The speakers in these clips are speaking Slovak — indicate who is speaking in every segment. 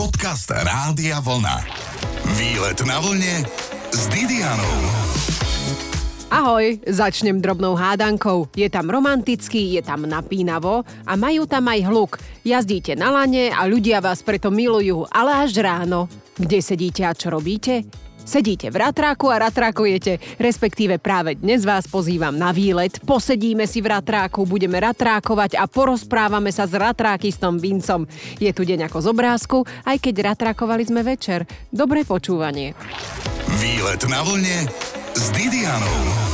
Speaker 1: Podcast Rádia Vlna. Výlet na vlne s Didianou.
Speaker 2: Ahoj, začnem drobnou hádankou. Je tam romanticky, je tam napínavo a majú tam aj hluk. Jazdíte na lane a ľudia vás preto milujú, ale až ráno. Kde sedíte a čo robíte? Sedíte v ratráku a ratrákujete, respektíve práve dnes vás pozývam na výlet, posedíme si v ratráku, budeme ratrákovať a porozprávame sa s ratrákistom Vincom. Je tu deň ako z obrázku, aj keď ratrákovali sme večer. Dobré počúvanie.
Speaker 1: Výlet na vlne s Didianou.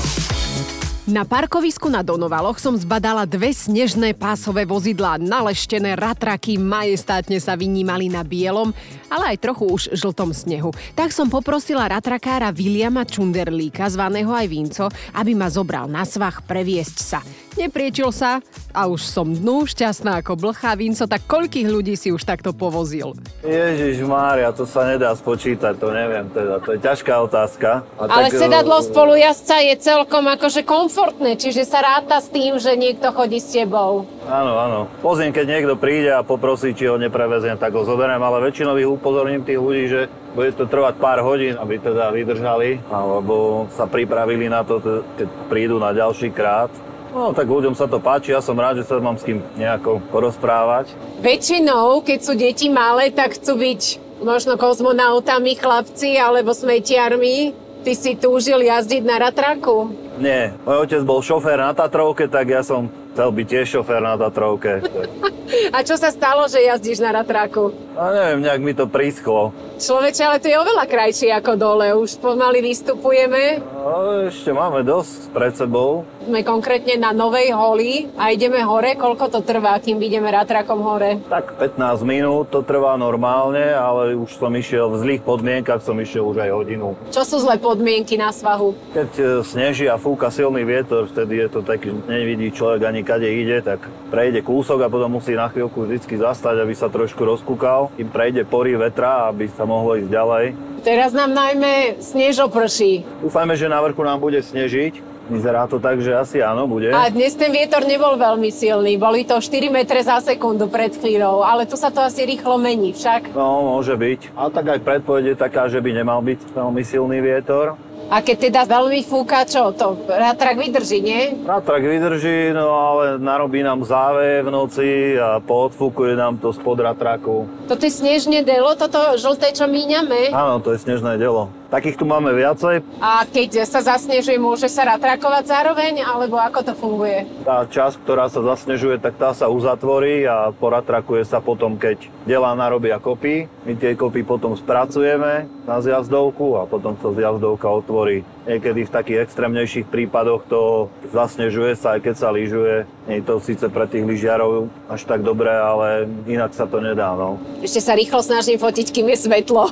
Speaker 2: Na parkovisku na Donovaloch som zbadala dve snežné pásové vozidlá, naleštené ratraky, majestátne sa vynímali na bielom, ale aj trochu už žltom snehu. Tak som poprosila ratrakára Williama Čunderlíka, zvaného aj Vinco, aby ma zobral na svach previesť sa. Nepriečil sa a už som dnu, šťastná ako blchá Vinco, tak koľkých ľudí si už takto povozil?
Speaker 3: Ježiš Mária, to sa nedá spočítať, to neviem teda, to je ťažká otázka. A
Speaker 4: Ale
Speaker 3: tak,
Speaker 4: sedadlo
Speaker 3: e,
Speaker 4: spolujazca je celkom akože komfortné, čiže sa ráta s tým, že niekto chodí s tebou.
Speaker 3: Áno, áno. Pozriem, keď niekto príde a poprosí, či ho nepreveziem, tak ho zoberiem, ale väčšinou ich upozorním tých ľudí, že bude to trvať pár hodín, aby teda vydržali, alebo sa pripravili na to, te- keď prídu na ďalší krát. No, tak ľuďom sa to páči, ja som rád, že sa mám s kým nejako porozprávať.
Speaker 4: Väčšinou, keď sú deti malé, tak chcú byť možno kozmonautami chlapci alebo smetiarmi. Ty si túžil jazdiť na ratraku.
Speaker 3: Nie, môj otec bol šofér na Tatrovke, tak ja som chcel byť tiež šofér na Tatrovke. Tak-
Speaker 4: A čo sa stalo, že jazdíš na ratraku?
Speaker 3: A neviem, nejak mi to prísklo.
Speaker 4: Človeče, ale to je oveľa krajšie ako dole. Už pomaly vystupujeme.
Speaker 3: Ale No, ešte máme dosť pred sebou.
Speaker 4: Sme konkrétne na Novej holi a ideme hore. Koľko to trvá, kým ideme ratrakom hore?
Speaker 3: Tak 15 minút to trvá normálne, ale už som išiel v zlých podmienkach, som išiel už aj hodinu.
Speaker 4: Čo sú zlé podmienky na svahu?
Speaker 3: Keď e, sneží a fúka silný vietor, vtedy je to taký, že nevidí človek ani kade ide, tak prejde kúsok a potom musí na chvíľku vždy zastať, aby sa trošku rozkúkal. Im prejde pory vetra, aby sa mohlo ísť ďalej.
Speaker 4: Teraz nám najmä snežo prší.
Speaker 3: Dúfajme, že na vrchu nám bude snežiť. Vyzerá to tak, že asi áno, bude.
Speaker 4: A dnes ten vietor nebol veľmi silný, boli to 4 metre za sekundu pred chvíľou, ale tu sa to asi rýchlo mení však.
Speaker 3: No, môže byť. A tak aj predpoveď je taká, že by nemal byť veľmi silný vietor.
Speaker 4: A keď teda veľmi fúka, čo to? Ratrak vydrží, nie?
Speaker 3: Natrak vydrží, no ale narobí nám záve v noci a poodfúkuje nám to spod ratraku.
Speaker 4: Toto je snežné delo, toto žlté, čo míňame.
Speaker 3: Áno, to je snežné delo. Takých tu máme viacej.
Speaker 4: A keď sa zasnežuje, môže sa ratrakovať zároveň, alebo ako to funguje?
Speaker 3: Tá časť, ktorá sa zasnežuje, tak tá sa uzatvorí a poratrakuje sa potom, keď delá narobia kopy. My tie kopy potom spracujeme na zjazdovku a potom sa zjazdovka otvorí. Niekedy v takých extrémnejších prípadoch to zasnežuje sa, aj keď sa lyžuje. Nie je to síce pre tých lyžiarov až tak dobré, ale inak sa to nedá. No.
Speaker 4: Ešte sa rýchlo snažím fotiť, kým je svetlo.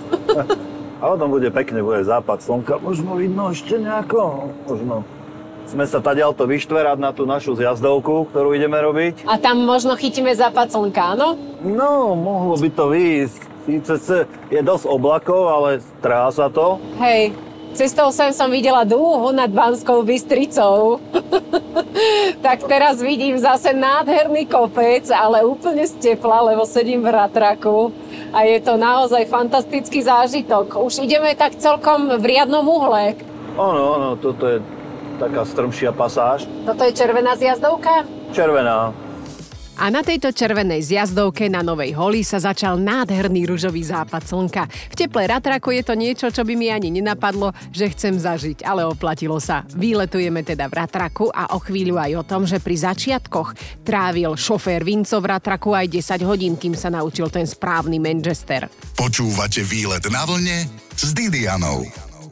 Speaker 3: A potom bude pekne, bude západ slnka, možno vidno ešte nejako, možno. Sme sa tadialto vyštverať na tú našu zjazdovku, ktorú ideme robiť.
Speaker 4: A tam možno chytíme západ slnka, áno?
Speaker 3: No, mohlo by to výjsť. Síce se- je dosť oblakov, ale trhá sa to.
Speaker 4: Hej, cestou sem som videla dúhu nad Banskou Bystricou. tak teraz vidím zase nádherný kopec, ale úplne z tepla, lebo sedím v ratraku. A je to naozaj fantastický zážitok. Už ideme tak celkom v riadnom uhle.
Speaker 3: Ono, ono, toto je taká strmšia pasáž.
Speaker 4: Toto No je červená zjazdovka?
Speaker 3: Červená.
Speaker 2: A na tejto červenej zjazdovke na Novej Holi sa začal nádherný ružový západ slnka. V teple ratraku je to niečo, čo by mi ani nenapadlo, že chcem zažiť, ale oplatilo sa. Výletujeme teda v ratraku a o chvíľu aj o tom, že pri začiatkoch trávil šofér Vinco v ratraku aj 10 hodín, kým sa naučil ten správny Manchester.
Speaker 1: Počúvate Výlet na vlne s Didianou.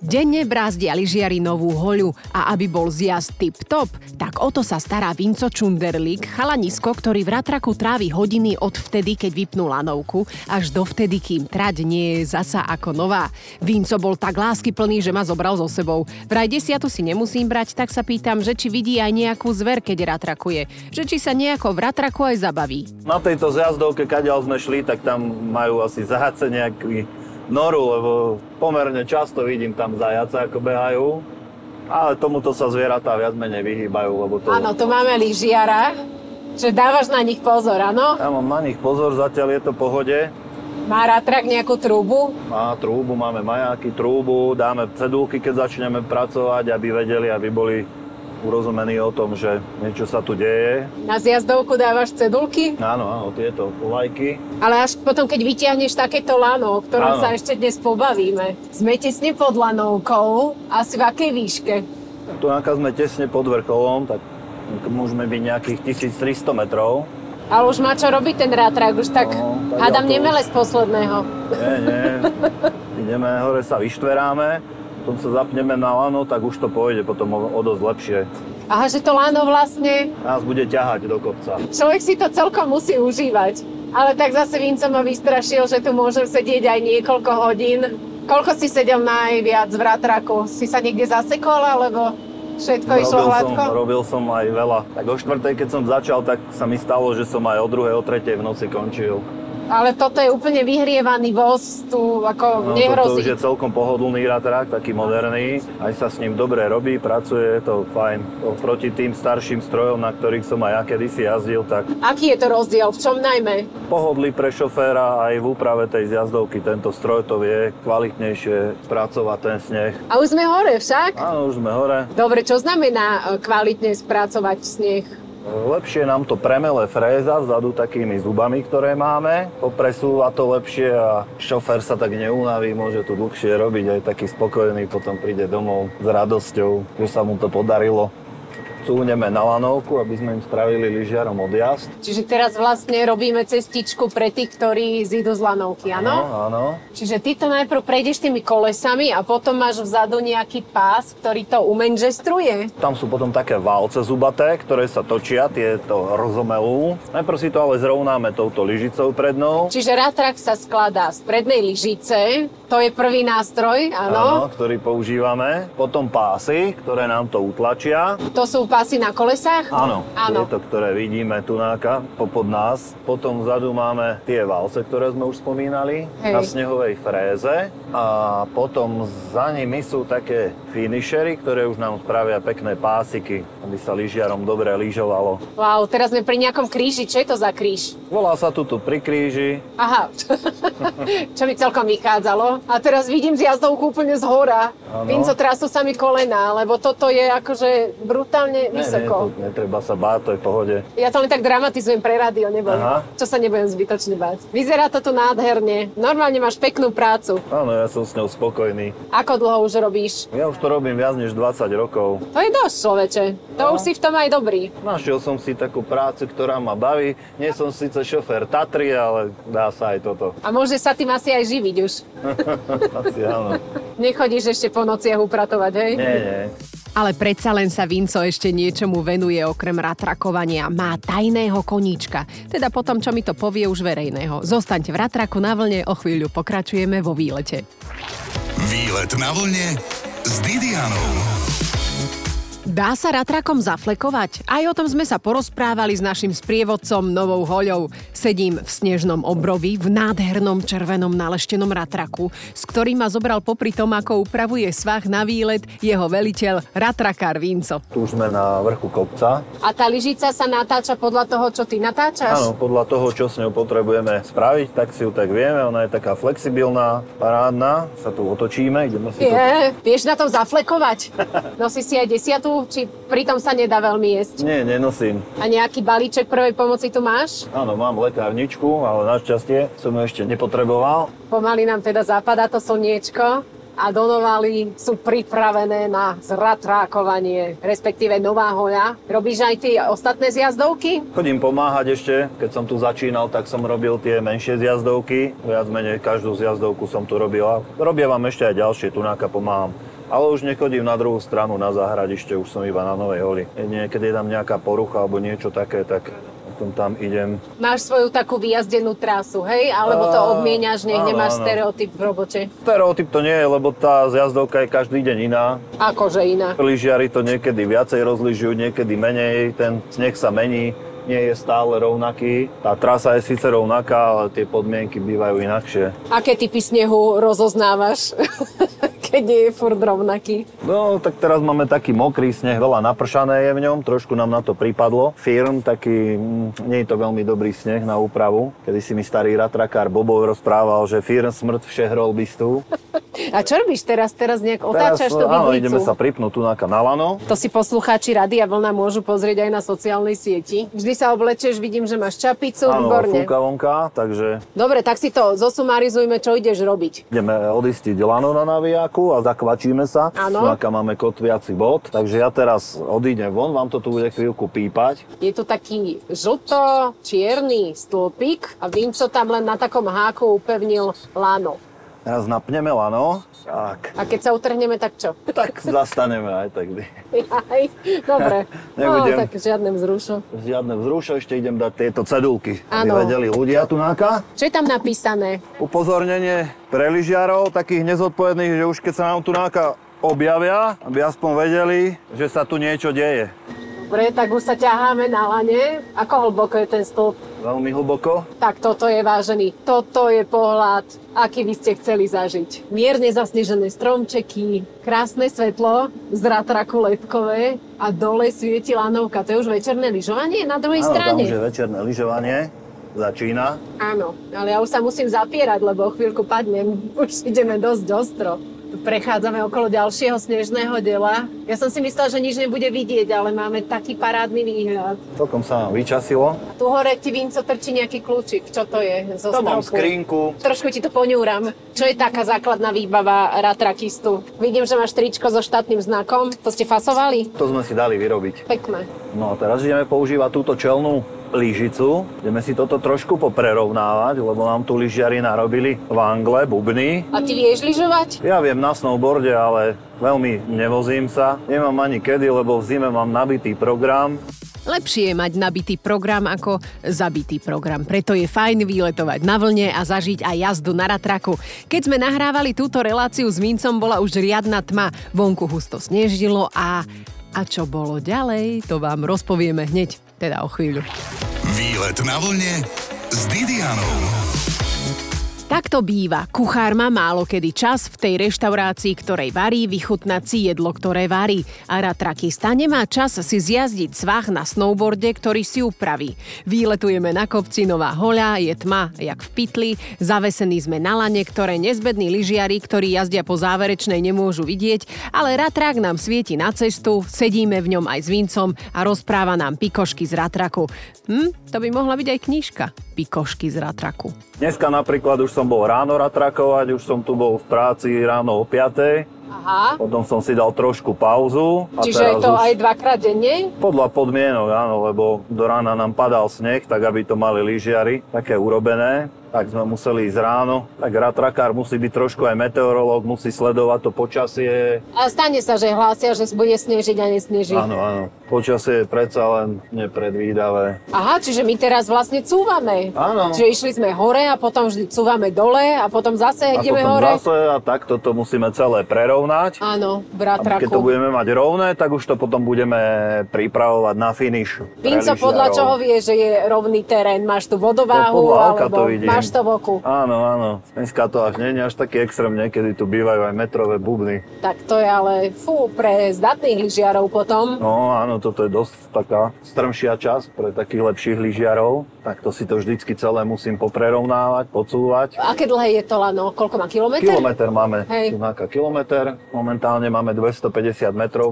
Speaker 2: Denne brázdia lyžiari novú hoľu a aby bol zjazd tip-top, tak o to sa stará Vinco Čunderlík, chalanisko, ktorý v ratraku trávi hodiny od vtedy, keď vypnú lanovku, až do vtedy, kým trať nie je zasa ako nová. Vinco bol tak láskyplný, že ma zobral so sebou. Vraj desiatu si nemusím brať, tak sa pýtam, že či vidí aj nejakú zver, keď ratrakuje. Že či sa nejako v ratraku aj zabaví.
Speaker 3: Na tejto zjazdovke, kadiaľ sme šli, tak tam majú asi zajace nejaký noru, lebo pomerne často vidím tam zajace, ako behajú. Ale tomuto sa zvieratá viac menej vyhýbajú, lebo to...
Speaker 4: Áno, tu máme lyžiara, že dávaš na nich pozor, áno?
Speaker 3: Ja mám na nich pozor, zatiaľ je to v pohode.
Speaker 4: Má ratrak nejakú trubu?
Speaker 3: Má trúbu, máme majáky, trúbu, dáme cedulky, keď začneme pracovať, aby vedeli, aby boli urozumení o tom, že niečo sa tu deje.
Speaker 4: Na zjazdovku dávaš cedulky?
Speaker 3: Áno, áno, tieto vlajky.
Speaker 4: Ale až potom, keď vytiahneš takéto lano, o ktorom
Speaker 3: Áno.
Speaker 4: sa ešte dnes pobavíme. Sme tesne pod lanovkou, asi v akej výške?
Speaker 3: Tu náka sme tesne pod vrcholom, tak môžeme byť nejakých 1300 metrov.
Speaker 4: Ale už má čo robiť ten rátrak, už tak
Speaker 3: No, tak
Speaker 4: hádam
Speaker 3: ja to-
Speaker 4: nemele z posledného.
Speaker 3: Nie, nie. Ideme hore, sa vyštveráme, potom sa zapneme na lano, tak už to pôjde potom o, o dosť lepšie.
Speaker 4: Aha, že to lano vlastne,
Speaker 3: Nás bude ťahať do kopca.
Speaker 4: človek si to celkom musí užívať. Ale tak zase Vinco ma vystrašil, že tu môžem sedieť aj niekoľko hodín. Koľko si sedel najviac v ratraku? Si sa niekde zasekol, alebo všetko išlo
Speaker 3: som,
Speaker 4: hladko?
Speaker 3: robil som aj veľa. Tak o štvrtej, keď som začal, tak sa mi stalo, že som aj o druhej, o tretej v noci končil.
Speaker 4: Ale toto je úplne vyhrievaný voz, tu
Speaker 3: No, toto
Speaker 4: ako nehrozí.
Speaker 3: už je celkom pohodlný ratrak, taký moderný. Aj sa s ním dobre robí, pracuje, je to fajn. Proti tým starším strojom, na ktorých som aj ja kedysi jazdil, tak
Speaker 4: Aký je to rozdiel? V čom najmä?
Speaker 3: pohodlí pre šoféra aj v úprave tej zjazdovky. Tento stroj to vie kvalitnejšie spracovať ten sneh.
Speaker 4: A už sme hore však?
Speaker 3: Áno, už sme hore.
Speaker 4: Dobre, čo znamená e, kvalitne spracovať sneh?
Speaker 3: Lepšie nám to premele fréza vzadu takými zubami, ktoré máme. Popresúva to lepšie a šofér sa tak neunaví, môže tu dlhšie robiť, aj taký spokojný, potom príde domov s radosťou, že sa mu to podarilo. Cúhneme na lanovku, aby sme im spravili lyžiarom odjazd.
Speaker 4: Čiže teraz vlastne robíme cestičku pre tých, ktorí zídu z lanovky, áno?
Speaker 3: áno.
Speaker 4: Čiže ty to najprv prejdeš tými kolesami a potom máš vzadu nejaký pás, ktorý to umenžestruje.
Speaker 3: Tam sú potom také válce zubaté, ktoré sa točia, tieto rozomelú. Najprv si to ale zrovnáme touto lyžicou prednou.
Speaker 4: Čiže ratrak sa skladá z prednej lyžice, to je prvý nástroj, áno?
Speaker 3: Áno, ktorý používame. Potom pásy, ktoré nám to utlačia.
Speaker 4: To sú pásy na kolesách?
Speaker 3: Áno,
Speaker 4: Áno.
Speaker 3: je to, ktoré vidíme tunáka popod nás. Potom vzadu máme tie válce, ktoré sme už spomínali,
Speaker 4: Hej.
Speaker 3: na snehovej fréze. A potom za nimi sú také finishery, ktoré už nám spravia pekné pásiky, aby sa lyžiarom dobre lyžovalo.
Speaker 4: Wow, teraz sme pri nejakom kríži. Čo je to za kríž?
Speaker 3: Volá sa tu tu pri kríži.
Speaker 4: Aha, čo mi celkom vychádzalo. A teraz vidím zjazdovku úplne z hora.
Speaker 3: Áno.
Speaker 4: Vinco, trasú sa mi kolena, lebo toto je akože
Speaker 3: Nie,
Speaker 4: brutálne vysoko.
Speaker 3: Nie, to netreba sa báť, to je v pohode.
Speaker 4: Ja to len tak dramatizujem pre rádio, neboj.
Speaker 3: Aha.
Speaker 4: Čo sa nebudem zbytočne bať. Vyzerá to tu nádherne. Normálne máš peknú prácu.
Speaker 3: Áno, ja som s ňou spokojný.
Speaker 4: Ako dlho už robíš?
Speaker 3: Ja už to robím viac než 20 rokov.
Speaker 4: To je dosť, človeče. To už si v tom aj dobrý.
Speaker 3: Našiel som si takú prácu, ktorá ma baví. Nie som síce šofér Tatry, ale dá sa aj toto.
Speaker 4: A môže sa tým asi aj živiť už.
Speaker 3: Asi áno.
Speaker 4: Nechodíš ešte po nociach upratovať, hej?
Speaker 3: Nie, nie.
Speaker 2: Ale predsa len sa Vinco ešte niečomu venuje okrem ratrakovania. Má tajného koníčka. Teda potom, čo mi to povie už verejného. Zostaňte v ratraku na vlne, o chvíľu pokračujeme vo výlete.
Speaker 1: Výlet na vlne s Didianou.
Speaker 2: Dá sa ratrakom zaflekovať? Aj o tom sme sa porozprávali s našim sprievodcom Novou hoľou. Sedím v snežnom obrovi, v nádhernom červenom naleštenom ratraku, s ktorým ma zobral popri tom, ako upravuje svah na výlet jeho veliteľ ratrakár Vinco.
Speaker 3: Tu už sme na vrchu kopca.
Speaker 4: A tá lyžica sa natáča podľa toho, čo ty natáčaš?
Speaker 3: Áno, podľa toho, čo s ňou potrebujeme spraviť, tak si ju tak vieme. Ona je taká flexibilná, parádna. Sa tu otočíme, ideme si to...
Speaker 4: Je, vieš na tom zaflekovať? Nosí si aj desiatu, či pritom sa nedá veľmi jesť?
Speaker 3: Nie, nenosím.
Speaker 4: A nejaký balíček prvej pomoci tu máš?
Speaker 3: Áno, mám lekárničku, ale našťastie som ju ešte nepotreboval.
Speaker 4: Pomaly nám teda zapadá to slniečko a donovaly sú pripravené na zratrákovanie, respektíve nová hoľa. Robíš aj ty ostatné zjazdovky?
Speaker 3: Chodím pomáhať ešte, keď som tu začínal, tak som robil tie menšie zjazdovky, viac menej každú zjazdovku som tu robil a robia vám ešte aj ďalšie, tunáka pomáham. Ale už nechodím na druhú stranu, na záhradište, už som iba na Novej Holi. Niekedy je tam nejaká porucha alebo niečo také, tak potom tam idem.
Speaker 4: Máš svoju takú vyjazdenú trasu, hej? Alebo to
Speaker 3: Á,
Speaker 4: obmieniaš, nech
Speaker 3: áno,
Speaker 4: nemáš
Speaker 3: áno.
Speaker 4: stereotyp v robote.
Speaker 3: Stereotyp to nie je, lebo tá zjazdovka je každý deň iná.
Speaker 4: Akože iná.
Speaker 3: Lyžiari to niekedy viacej rozlyžujú, niekedy menej, ten sneh sa mení, nie je stále rovnaký. Tá trasa je síce rovnaká, ale tie podmienky bývajú inakšie.
Speaker 4: Aké typy snehu rozoznávaš? keď je furt rovnaký.
Speaker 3: No, tak teraz máme taký mokrý sneh, veľa napršané je v ňom, trošku nám na to pripadlo. Firm, taký, mm, nie je to veľmi dobrý sneh na úpravu. Kedy si mi starý ratrakár Bobov rozprával, že firm smrt všehrol bystú.
Speaker 4: A čo robíš teraz? Teraz nejak otáčaš tú
Speaker 3: áno,
Speaker 4: vidlicu?
Speaker 3: ideme sa pripnúť tu na lano.
Speaker 4: To si poslucháči Radia Vlna môžu pozrieť aj na sociálnej sieti. Vždy sa oblečieš, vidím, že máš čapicu,
Speaker 3: Áno,
Speaker 4: výborne.
Speaker 3: fúka vonka, takže
Speaker 4: Dobre, tak si to zosumarizujme, čo ideš robiť.
Speaker 3: ideme odistiť lano na navijáku a zakvačíme sa.
Speaker 4: Áno.
Speaker 3: No, aká máme kotviaci bod. Takže ja teraz odídem von, vám to tu bude chvíľku pípať.
Speaker 4: Je to taký žlto-čierny stĺpik a Vinco tam len na takom háku upevnil lano.
Speaker 3: Teraz napneme lano. Tak.
Speaker 4: A keď sa utrhneme, tak čo?
Speaker 3: Tak zastaneme aj takdy.
Speaker 4: Jaj, Dobre. No,
Speaker 3: Nebudem.
Speaker 4: tak žiadne vzrušo.
Speaker 3: Žiadne vzrušo, ešte idem dať tieto cedulky, aby
Speaker 4: Áno.
Speaker 3: vedeli ľudia tunáka.
Speaker 4: Čo je tam napísané?
Speaker 3: Upozornenie pre lyžiarov, takých nezodpovedných, že už keď sa nám tunáka objavia, aby aspoň vedeli, že sa tu niečo deje.
Speaker 4: Dobre, tak už sa ťaháme na lane. Ako hlboko je ten stĺp?
Speaker 3: Veľmi hlboko.
Speaker 4: Tak toto je vážený, toto je pohľad, aký by ste chceli zažiť. Mierne zasnežené stromčeky, krásne svetlo z ratraku letkové a dole svieti lanovka. To je už večerné lyžovanie na druhej
Speaker 3: tam
Speaker 4: strane.
Speaker 3: už je večerné lyžovanie. Začína.
Speaker 4: Áno, ale ja už sa musím zapierať, lebo o chvíľku padnem. Už ideme dosť ostro. Tu Prechádzame okolo ďalšieho snežného dela. Ja som si myslela, že nič nebude vidieť, ale máme taký parádny výhľad.
Speaker 3: Celkom sa nám vyčasilo.
Speaker 4: A tu hore ti vinco trčí nejaký kľúčik. Čo to je? Zo
Speaker 3: To mám
Speaker 4: stropu?
Speaker 3: skrinku.
Speaker 4: Trošku ti to poňúram. Čo je taká základná výbava ratrakistu? Vidím, že máš tričko so štátnym znakom. To ste fasovali?
Speaker 3: To sme si dali vyrobiť.
Speaker 4: Pekné.
Speaker 3: No a teraz ideme používať túto čelnú lyžicu. Ideme si toto trošku poprerovnávať, lebo nám tu lyžiari narobili vangle, bubny.
Speaker 4: A ty vieš lyžovať?
Speaker 3: Ja viem na snowboarde, ale veľmi nevozím sa. Nemám ani kedy, lebo v zime mám nabitý program.
Speaker 2: Lepšie je mať nabitý program ako zabitý program. Preto je fajn výletovať na vlne a zažiť aj jazdu na ratraku. Keď sme nahrávali túto reláciu s Mincom, bola už riadna tma. Vonku husto snežilo a... A čo bolo ďalej, to vám rozpovieme hneď, teda o chvíľu.
Speaker 1: Výlet na vlne s Didianou.
Speaker 2: Takto býva. Kuchár má málo kedy čas v tej reštaurácii, ktorej varí, vychutnať si jedlo, ktoré varí. A ratrakista nemá čas si zjazdiť svah na snowboarde, ktorý si upraví. Výletujeme na kopci Nová hoľa, je tma, jak v pytli, zavesení sme na lane, ktoré nezbední lyžiari, ktorí jazdia po záverečnej, nemôžu vidieť, ale ratrak nám svieti na cestu, sedíme v ňom aj s vincom a rozpráva nám pikošky z ratraku. Hm, to by mohla byť aj knižka. Pikošky z ratraku.
Speaker 3: Dneska napríklad už som bol ráno ratrakovať, už som tu bol v práci ráno o 5.
Speaker 4: Aha.
Speaker 3: Potom som si dal trošku pauzu. A
Speaker 4: Čiže je
Speaker 3: teraz
Speaker 4: to
Speaker 3: už...
Speaker 4: aj dvakrát denne?
Speaker 3: Podľa podmienok, áno, lebo do rána nám padal sneh, tak aby to mali lyžiari také urobené, tak sme museli ísť ráno. Tak ratrakár musí byť trošku aj meteorológ, musí sledovať to počasie.
Speaker 4: A stane sa, že hlásia, že bude snežiť a nesneží.
Speaker 3: Áno, áno. Počasie je predsa len nepredvídavé.
Speaker 4: Aha, čiže my teraz vlastne cúvame.
Speaker 3: Áno.
Speaker 4: Čiže išli sme hore a potom vždy cúvame dole a potom zase
Speaker 3: A
Speaker 4: ideme
Speaker 3: potom
Speaker 4: hore.
Speaker 3: zase a takto to musíme celé prerovnať.
Speaker 4: Áno, v
Speaker 3: A keď to
Speaker 4: ratraku.
Speaker 3: budeme mať rovné, tak už to potom budeme pripravovať na finish. pre
Speaker 4: Vinco, podľa
Speaker 3: lyžiarov.
Speaker 4: čoho vie, že je rovný terén? Máš tu
Speaker 3: No,
Speaker 4: vodováhu,
Speaker 3: podľa oka
Speaker 4: alebo
Speaker 3: to vidím.
Speaker 4: máš to v oku?
Speaker 3: Áno, áno. Dneska to až nie je až taký extrém, niekedy tu bývajú aj metrové bubny.
Speaker 4: Tak to je ale fú, pre zdatných lyžiarov potom.
Speaker 3: No áno, toto je dosť taká strmšia časť pre takých lepších lyžiarov. Takto si to vždycky celé musím poprerovnávať, pocúvať.
Speaker 4: Aké dlhé je to lano? Koľko má? Kilometr?
Speaker 3: Kilometer máme,
Speaker 4: Hej.
Speaker 3: tunáka kilometer. Momentálne máme 250 metrov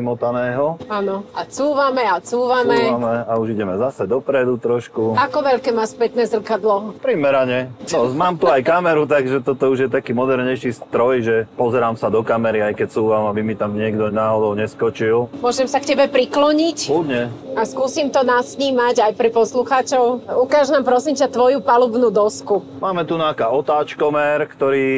Speaker 3: vymotaného.
Speaker 4: Áno. A cúvame a cúvame.
Speaker 3: Cúvame a už ideme zase dopredu trošku.
Speaker 4: Ako veľké má spätné zrkadlo?
Speaker 3: Primerane. No, mám tu aj kameru, takže toto už je taký modernejší stroj, že pozerám sa do kamery, aj keď súvam, aby mi tam niekto náhodou neskočil.
Speaker 4: Môžem sa k tebe prikloniť
Speaker 3: Kľudne.
Speaker 4: a skúsim to nasnímať aj pre poslucháčov. Ukáž nám prosím ťa tvoju palubnú dosku.
Speaker 3: Máme tu náka otáčkomer, ktorý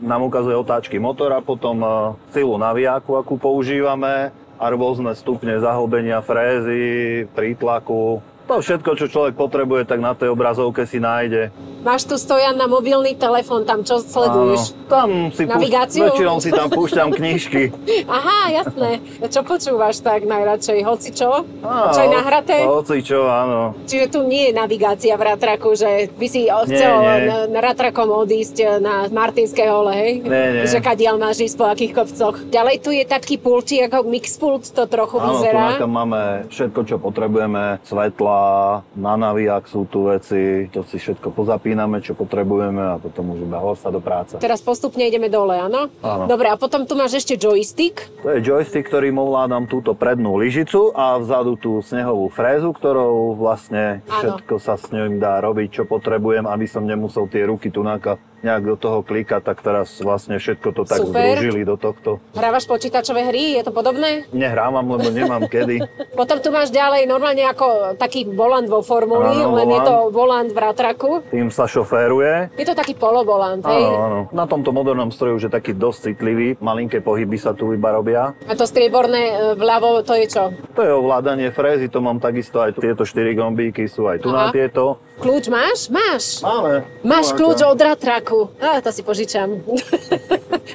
Speaker 3: nám ukazuje otáčky motora, potom e, silu navijáku, akú používame a rôzne stupne zahlbenia frézy, prítlaku. To všetko, čo človek potrebuje, tak na tej obrazovke si nájde.
Speaker 4: Máš tu stojan na mobilný telefon, tam čo sleduješ?
Speaker 3: Áno. Tam si
Speaker 4: Navigáciu?
Speaker 3: Púšť, väčšinou si tam púšťam knižky.
Speaker 4: Aha, jasné. Čo počúvaš tak najradšej? Hoci čo? čo je nahraté?
Speaker 3: Hoci čo, áno.
Speaker 4: Čiže tu nie je navigácia v Ratraku, že by si o- chcel
Speaker 3: nie.
Speaker 4: n- n- Ratrakom odísť eh, na Martinské hole, hej?
Speaker 3: Nie, nie.
Speaker 4: Že kadiaľ máš ísť po akých kopcoch. Ďalej tu je taký pultík, ako mixpult to trochu
Speaker 3: Áno, tu
Speaker 4: vyzerá.
Speaker 3: na tam máme všetko, čo potrebujeme. Svetla, na naviak sú tu veci, to si všetko pozapíname, čo potrebujeme a potom už iba horsa do práce.
Speaker 4: Teraz postupne ideme dole, áno?
Speaker 3: Áno.
Speaker 4: Dobre, a potom tu máš ešte joystick.
Speaker 3: To je joystick, ktorým ovládam túto prednú lyžicu a vzadu tú snehovú frézu, ktorou vlastne
Speaker 4: Áno.
Speaker 3: všetko sa s ňou dá robiť, čo potrebujem, aby som nemusel tie ruky tunáka nejak do toho klikať, tak teraz vlastne všetko to tak
Speaker 4: Super.
Speaker 3: združili do tohto.
Speaker 4: Hrávaš počítačové hry, je to podobné?
Speaker 3: Nehrávam, lebo nemám kedy.
Speaker 4: Potom tu máš ďalej normálne ako taký volant vo formuli,
Speaker 3: Áno,
Speaker 4: len je
Speaker 3: volant.
Speaker 4: to volant v ratraku.
Speaker 3: Tým sa šoféruje.
Speaker 4: Je to taký polovolant, hej?
Speaker 3: Áno, áno. Na tomto modernom stroji už je taký dosť citlivý, malinké pohyby sa tu iba robia.
Speaker 4: A to strieborné e, vľavo, to je čo?
Speaker 3: To je ovládanie frézy, to mám takisto aj tu. tieto 4 gombíky, sú aj tu
Speaker 4: Aha.
Speaker 3: na tieto.
Speaker 4: Kľúč máš? Máš.
Speaker 3: Máme.
Speaker 4: Máš
Speaker 3: Máme
Speaker 4: kľúč
Speaker 3: to.
Speaker 4: od ratraku. Á, to si požičam.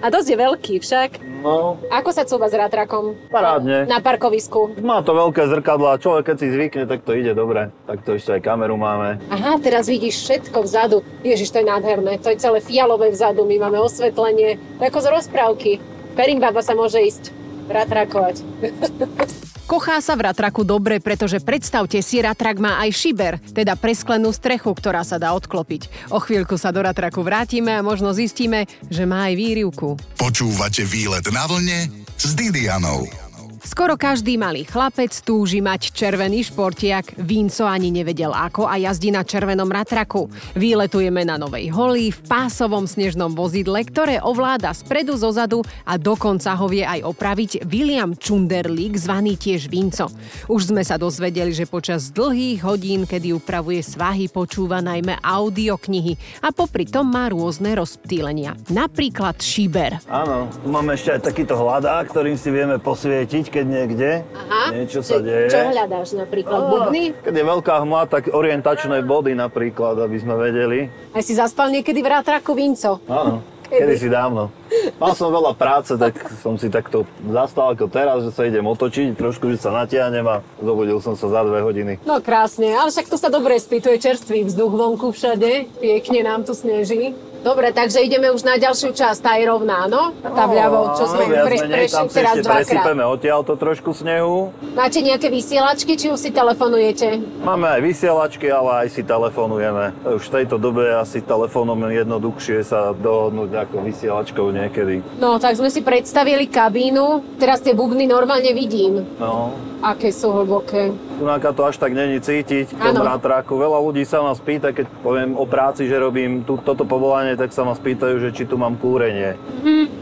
Speaker 4: A dosť je veľký však.
Speaker 3: No,
Speaker 4: Ako sa cúva s ratrakom?
Speaker 3: Parádne.
Speaker 4: Na parkovisku.
Speaker 3: má to veľké zrkadla, človek keď si zvykne, tak to ide dobre. Tak to ešte aj kameru máme.
Speaker 4: Aha, teraz vidíš všetko vzadu. Ježiš, to je nádherné. To je celé fialové vzadu. My máme osvetlenie. To je ako z rozprávky. Perimbaba sa môže ísť ratrakovať.
Speaker 2: Kochá sa v ratraku dobre, pretože predstavte si, ratrak má aj šiber, teda presklenú strechu, ktorá sa dá odklopiť. O chvíľku sa do ratraku vrátime a možno zistíme, že má aj výrivku.
Speaker 1: Počúvate výlet na vlne s Didianou.
Speaker 2: Skoro každý malý chlapec túži mať červený športiak, Vinco ani nevedel ako a jazdí na červenom ratraku. Výletujeme na Novej holi v pásovom snežnom vozidle, ktoré ovláda spredu zo zadu a dokonca ho vie aj opraviť William Čunderlík, zvaný tiež Vinco. Už sme sa dozvedeli, že počas dlhých hodín, kedy upravuje svahy, počúva najmä audioknihy a popri tom má rôzne rozptýlenia. Napríklad šíber.
Speaker 3: Áno, tu máme ešte aj takýto hľadák, ktorým si vieme posvietiť, keď niekde niečo sa
Speaker 4: Že-
Speaker 3: deje.
Speaker 4: Čo hľadáš napríklad?
Speaker 3: Á,
Speaker 4: Budny?
Speaker 3: Keď je veľká hmla, tak orientačné body napríklad, aby sme vedeli.
Speaker 4: Aj si zaspal niekedy v ratraku Vinco.
Speaker 3: Áno,
Speaker 4: Kedy?
Speaker 3: kedy si dávno. Mal som veľa práce, tak som si takto zastal ako teraz, že sa idem otočiť, trošku, že sa natiahnem a zobudil som sa za dve hodiny.
Speaker 4: No krásne, ale však tu sa dobre spí, tu je čerstvý vzduch vonku všade, pekne nám tu sneží. Dobre, takže ideme už na ďalšiu časť, tá je rovná, no? Tá vľavo, čo
Speaker 3: Áno,
Speaker 4: sme
Speaker 3: No, viac
Speaker 4: pre,
Speaker 3: menej,
Speaker 4: prešli
Speaker 3: tam si
Speaker 4: teraz
Speaker 3: ešte
Speaker 4: dvakrát.
Speaker 3: presypeme odtiaľto trošku snehu.
Speaker 4: Máte nejaké vysielačky, či už si telefonujete?
Speaker 3: Máme aj vysielačky, ale aj si telefonujeme. Už v tejto dobe je asi telefónom jednoduchšie sa dohodnúť ako vysielačkou niekedy.
Speaker 4: No, tak sme si predstavili kabínu, teraz tie bubny normálne vidím,
Speaker 3: No,
Speaker 4: aké sú hlboké.
Speaker 3: Tunáka to až tak není cítiť v tom
Speaker 4: Áno.
Speaker 3: ratraku. Veľa ľudí sa ma spýta, keď poviem o práci, že robím tú, toto povolanie, tak sa ma spýtajú, že či tu mám kúrenie.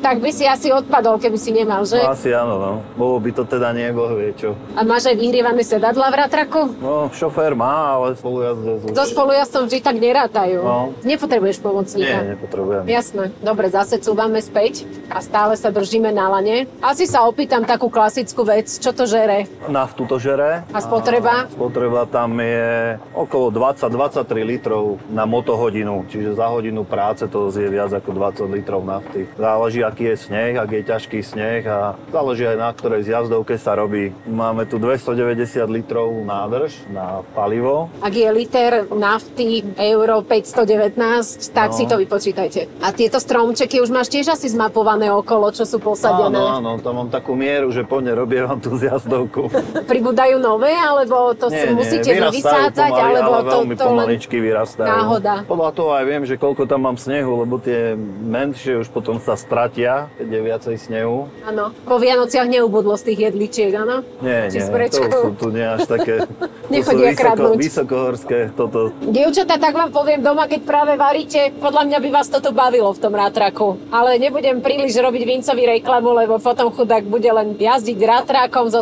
Speaker 4: Tak by si asi odpadol, keby si nemal, že?
Speaker 3: No, asi áno, no. Bolo by to teda nie, boh vie čo.
Speaker 4: A máš aj vyhrievané sedadla v ratraku?
Speaker 3: No, šofér má, ale spolujazdec už...
Speaker 4: So spolujazdcom vždy tak nerátajú.
Speaker 3: No.
Speaker 4: Nepotrebuješ pomocníka.
Speaker 3: Nie, nepotrebujem.
Speaker 4: Jasné. Dobre, zase cúvame späť a stále sa držíme na lane. Asi sa opýtam takú klasickú vec, čo to žere.
Speaker 3: Naftu to žere.
Speaker 4: A spotreba?
Speaker 3: Spotreba tam je okolo 20-23 litrov na motohodinu, čiže za hodinu práce to zje viac ako 20 litrov nafty. Záleží, aký je sneh, ak je ťažký sneh a záleží aj na ktorej zjazdovke sa robí. Máme tu 290 litrov nádrž na palivo.
Speaker 4: Ak je liter nafty euro 519, tak
Speaker 3: No.
Speaker 4: si to vypočítajte. A tieto stromčeky už máš tiež asi zmapované okolo, čo sú posadené.
Speaker 3: Áno, áno, tam mám takú mieru, že po nerobie vám tú zjazdovku.
Speaker 4: Pribúdajú nové, alebo to si musíte vy vysádzať,
Speaker 3: pomaly,
Speaker 4: alebo
Speaker 3: ale
Speaker 4: to,
Speaker 3: veľmi
Speaker 4: to len...
Speaker 3: pomaličky vyrastajú.
Speaker 4: náhoda.
Speaker 3: Podľa toho aj viem, že koľko tam mám snehu, lebo tie menšie už potom sa stratia, keď je viacej snehu.
Speaker 4: Áno. Po Vianociach neubudlo z tých jedličiek, áno?
Speaker 3: Nie,
Speaker 4: Či
Speaker 3: nie,
Speaker 4: s
Speaker 3: to
Speaker 4: brečkou.
Speaker 3: sú tu nie až také... to sú
Speaker 4: Nechodia kradnúť.
Speaker 3: vysokohorské toto.
Speaker 4: Dievčatá, tak vám poviem doma, keď práve varíte, podľa mňa by vás toto bavilo v tom rátraku. Ale nebudem príliš robiť Vincovi reklamu, lebo potom chudák bude len jazdiť rátrakom so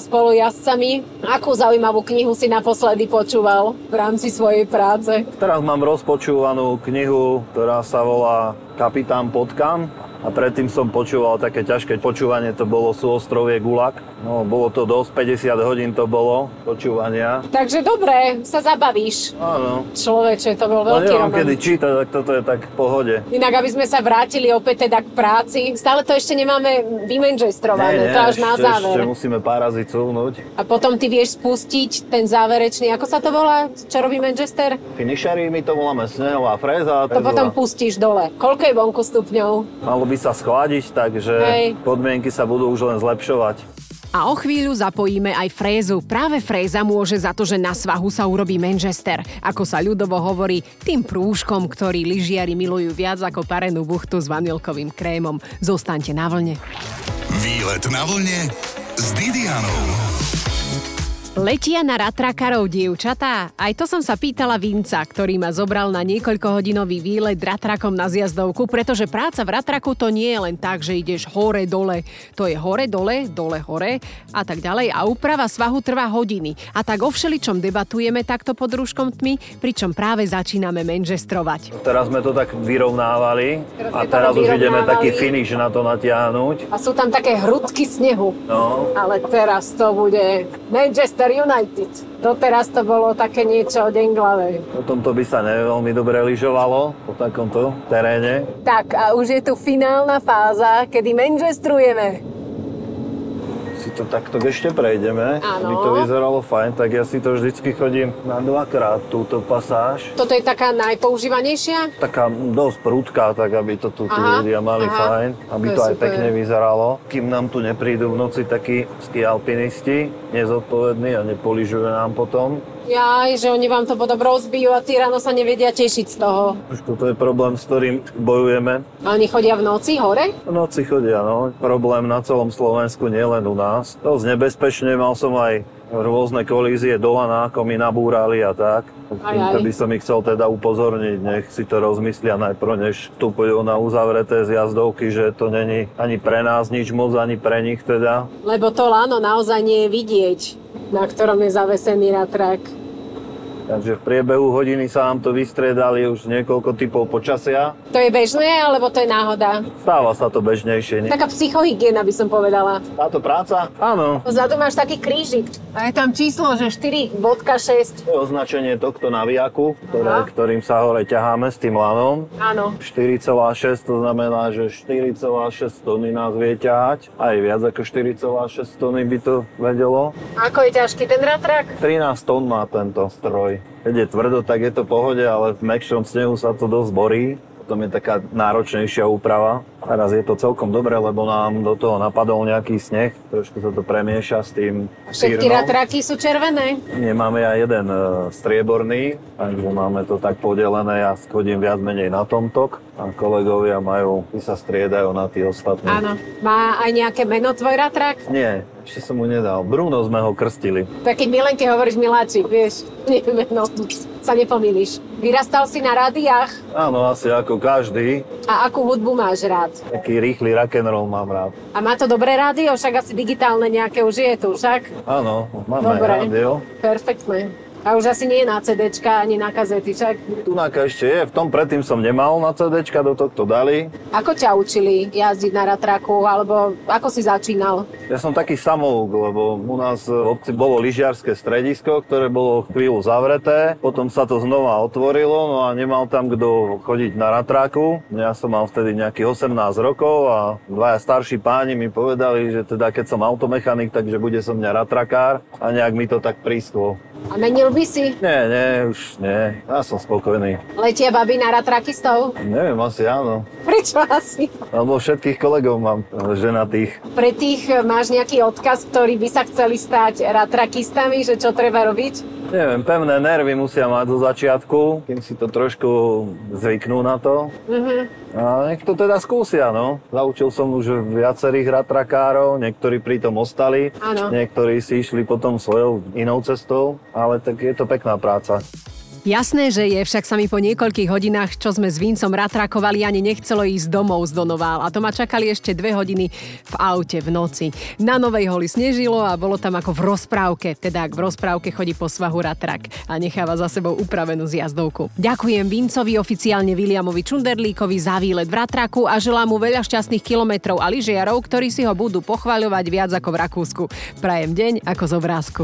Speaker 4: spolujazdcami. Akú zaujímavú knihu si naposledy počúval v rámci svojej práce?
Speaker 3: Teraz mám rozpočúvanú knihu, ktorá sa volá Kapitán Potkan. A predtým som počúval také ťažké počúvanie, to bolo Sú ostrovie Gulag. No, bolo to dosť, 50 hodín to bolo, počúvania.
Speaker 4: Takže dobre, sa zabavíš.
Speaker 3: Áno.
Speaker 4: Človeče, to bol
Speaker 3: No
Speaker 4: veľký
Speaker 3: neviem,
Speaker 4: román.
Speaker 3: kedy čítať, tak toto je tak v pohode.
Speaker 4: Inak, aby sme sa vrátili opäť teda k práci, stále to ešte nemáme vymanžestrované, to až na
Speaker 3: ešte,
Speaker 4: záver.
Speaker 3: Ešte musíme párazy cúvnuť.
Speaker 4: A potom ty vieš spustiť ten záverečný, ako sa to volá, čo robí Manchester?
Speaker 3: Finišery, my to voláme snehová fréza.
Speaker 4: To potom pustíš dole. Koľko je vonku stupňov?
Speaker 3: Malo by sa schladiť, takže
Speaker 4: Hej.
Speaker 3: podmienky sa budú už len zlepšovať.
Speaker 2: A o chvíľu zapojíme aj frézu. Práve fréza môže za to, že na svahu sa urobí Manchester. Ako sa ľudovo hovorí, tým prúžkom, ktorý lyžiari milujú viac ako parenú buchtu s vanilkovým krémom. Zostaňte na vlne.
Speaker 1: Výlet na vlne s Didianou.
Speaker 2: Letia na ratrakarov dievčatá? Aj to som sa pýtala Vinca, ktorý ma zobral na niekoľkohodinový výlet ratrakom na zjazdovku, pretože práca v ratraku to nie je len tak, že ideš hore-dole. To je hore-dole, dole-hore a tak ďalej. A úprava svahu trvá hodiny. A tak o všeličom debatujeme takto pod rúškom tmy, pričom práve začíname manžestrovať.
Speaker 3: Teraz sme to tak vyrovnávali
Speaker 4: Teraz
Speaker 3: a
Speaker 4: sme to
Speaker 3: teraz už
Speaker 4: vyrovnávali.
Speaker 3: ideme taký finish na to natiahnuť.
Speaker 4: A sú tam také hrudky snehu.
Speaker 3: No,
Speaker 4: Ale teraz to bude Manchester United. Doteraz to bolo také niečo od Englavej.
Speaker 3: o tomto by sa ne, veľmi dobre lyžovalo po takomto teréne.
Speaker 4: Tak a už je tu finálna fáza, kedy manchestrujeme.
Speaker 3: Si to takto ešte prejdeme,
Speaker 4: Áno.
Speaker 3: aby to vyzeralo fajn, tak ja si to vždycky chodím na dvakrát túto pasáž.
Speaker 4: Toto je taká najpoužívanejšia?
Speaker 3: taká dosť prudká, tak aby to tu tí
Speaker 4: Aha,
Speaker 3: ľudia mali
Speaker 4: aha.
Speaker 3: fajn, aby
Speaker 4: To je
Speaker 3: to, aj
Speaker 4: super.
Speaker 3: pekne vyzeralo. Kým nám tu neprídu v noci takí ski alpinisti, nezodpovední a nepoližujú nám potom.
Speaker 4: Jaj, že oni vám to potom rozbijú a tí ráno sa nevedia tešiť z toho.
Speaker 3: Už toto je problém, s ktorým bojujeme.
Speaker 4: A oni chodia v noci hore?
Speaker 3: V noci chodia, no. Problém na celom Slovensku, nielen u nás. Dosť nebezpečne, mal som aj rôzne kolízie do lana, ako mi nabúrali a tak.
Speaker 4: Aj,
Speaker 3: Týmto
Speaker 4: aj.
Speaker 3: by som ich chcel teda upozorniť, nech si to rozmyslia najprv, než vstupujú na uzavreté zjazdovky, že to není ani pre nás nič moc, ani pre nich teda.
Speaker 4: Lebo to lano naozaj nie je vidieť, na ktorom je zavesený ratrak.
Speaker 3: Takže v priebehu hodiny sa nám to vystriedali už niekoľko typov počasia.
Speaker 4: To je bežné, alebo to je náhoda?
Speaker 3: Stáva sa to bežnejšie. nie?
Speaker 4: Taká psychohygiena by som povedala.
Speaker 3: Táto práca? Áno.
Speaker 4: Vzadu máš taký krížik a je tam číslo, že 4.6.
Speaker 3: To je označenie tohto navijaku,
Speaker 4: Aha.
Speaker 3: ktoré, ktorým sa hore ťaháme s tým lanom.
Speaker 4: Áno.
Speaker 3: 4,6 to znamená, že 4,6 tony nás vie ťahať. Aj viac ako 4,6 tony by to vedelo.
Speaker 4: Ako je ťažký ten ratrak?
Speaker 3: 13 tón má tento stroj. Keď je tvrdo, tak je to v pohode, ale v mekšom snehu sa to dosť borí. Potom je taká náročnejšia úprava. Teraz je to celkom dobre, lebo nám do toho napadol nejaký sneh. Trošku sa to premieša s tým
Speaker 4: Všetky
Speaker 3: sírnom.
Speaker 4: ratraky sú červené.
Speaker 3: Nemáme aj jeden e, strieborný, takže máme to tak podelené, ja schodím viac menej na tomtok a kolegovia majú, tí sa striedajú na tých ostatných.
Speaker 4: Áno. Má aj nejaké meno tvoj ratrak?
Speaker 3: Nie, ešte som mu nedal. Bruno sme ho krstili.
Speaker 4: Tak keď Milenke hovoríš Miláčik, vieš, nie meno, sa nepomíliš. Vyrastal si na rádiách
Speaker 3: Áno, asi ako každý,
Speaker 4: a akú hudbu máš rád?
Speaker 3: taký rýchly rock'n'roll mám rád.
Speaker 4: A má to dobré rádio, však asi digitálne nejaké už je tu, však?
Speaker 3: Áno, máme
Speaker 4: Dobre.
Speaker 3: Dobre. rádio.
Speaker 4: Perfektné. A už asi nie je na CDčka ani na kazety, však?
Speaker 3: Tunáka ešte je, v tom predtým som nemal na CDčka, do tohto dali.
Speaker 4: Ako ťa učili jazdiť na ratraku, alebo ako si začínal?
Speaker 3: Ja som taký samouk, lebo u nás v obci bolo lyžiarske stredisko, ktoré bolo chvíľu zavreté, potom sa to znova otvorilo, no a nemal tam kto chodiť na ratráku. Ja som mal vtedy nejakých 18 rokov a dvaja starší páni mi povedali, že teda keď som automechanik, takže bude som mňa ratrakár a nejak mi to tak prísklo.
Speaker 4: A menil by si?
Speaker 3: Nie, nie, už nie, ja som spokojný.
Speaker 4: Letia baby na ratrakistov?
Speaker 3: Neviem, asi áno.
Speaker 4: Prečo asi?
Speaker 3: Alebo všetkých kolegov mám e, ženatých.
Speaker 4: Pre tých e, máš nejaký odkaz, ktorí by sa chceli stať ratrakistami, že čo treba robiť?
Speaker 3: Neviem, pevné nervy musia mať zo začiatku, kým si to trošku zvyknú na to. A nech to teda skúsia, no. Zaučil som už viacerých ratrakárov, niektorí pritom ostali,
Speaker 4: Áno.
Speaker 3: niektorí si išli potom svojou inou cestou, ale tak je to pekná práca.
Speaker 4: Jasné, že je, však sa mi po niekoľkých hodinách, čo sme s Vincom ratrakovali, ani nechcelo ísť domov z Donoval. A to ma čakali ešte dve hodiny v aute v noci. Na Novej holi snežilo a bolo tam ako v rozprávke. Teda ak v rozprávke chodí po svahu ratrak a necháva za sebou upravenú zjazdovku. Ďakujem Vincovi, oficiálne Williamovi Čunderlíkovi za výlet v ratraku a želám mu veľa šťastných kilometrov a lyžiarov, ktorí si ho budú pochváľovať viac ako v Rakúsku. Prajem deň ako z obrázku.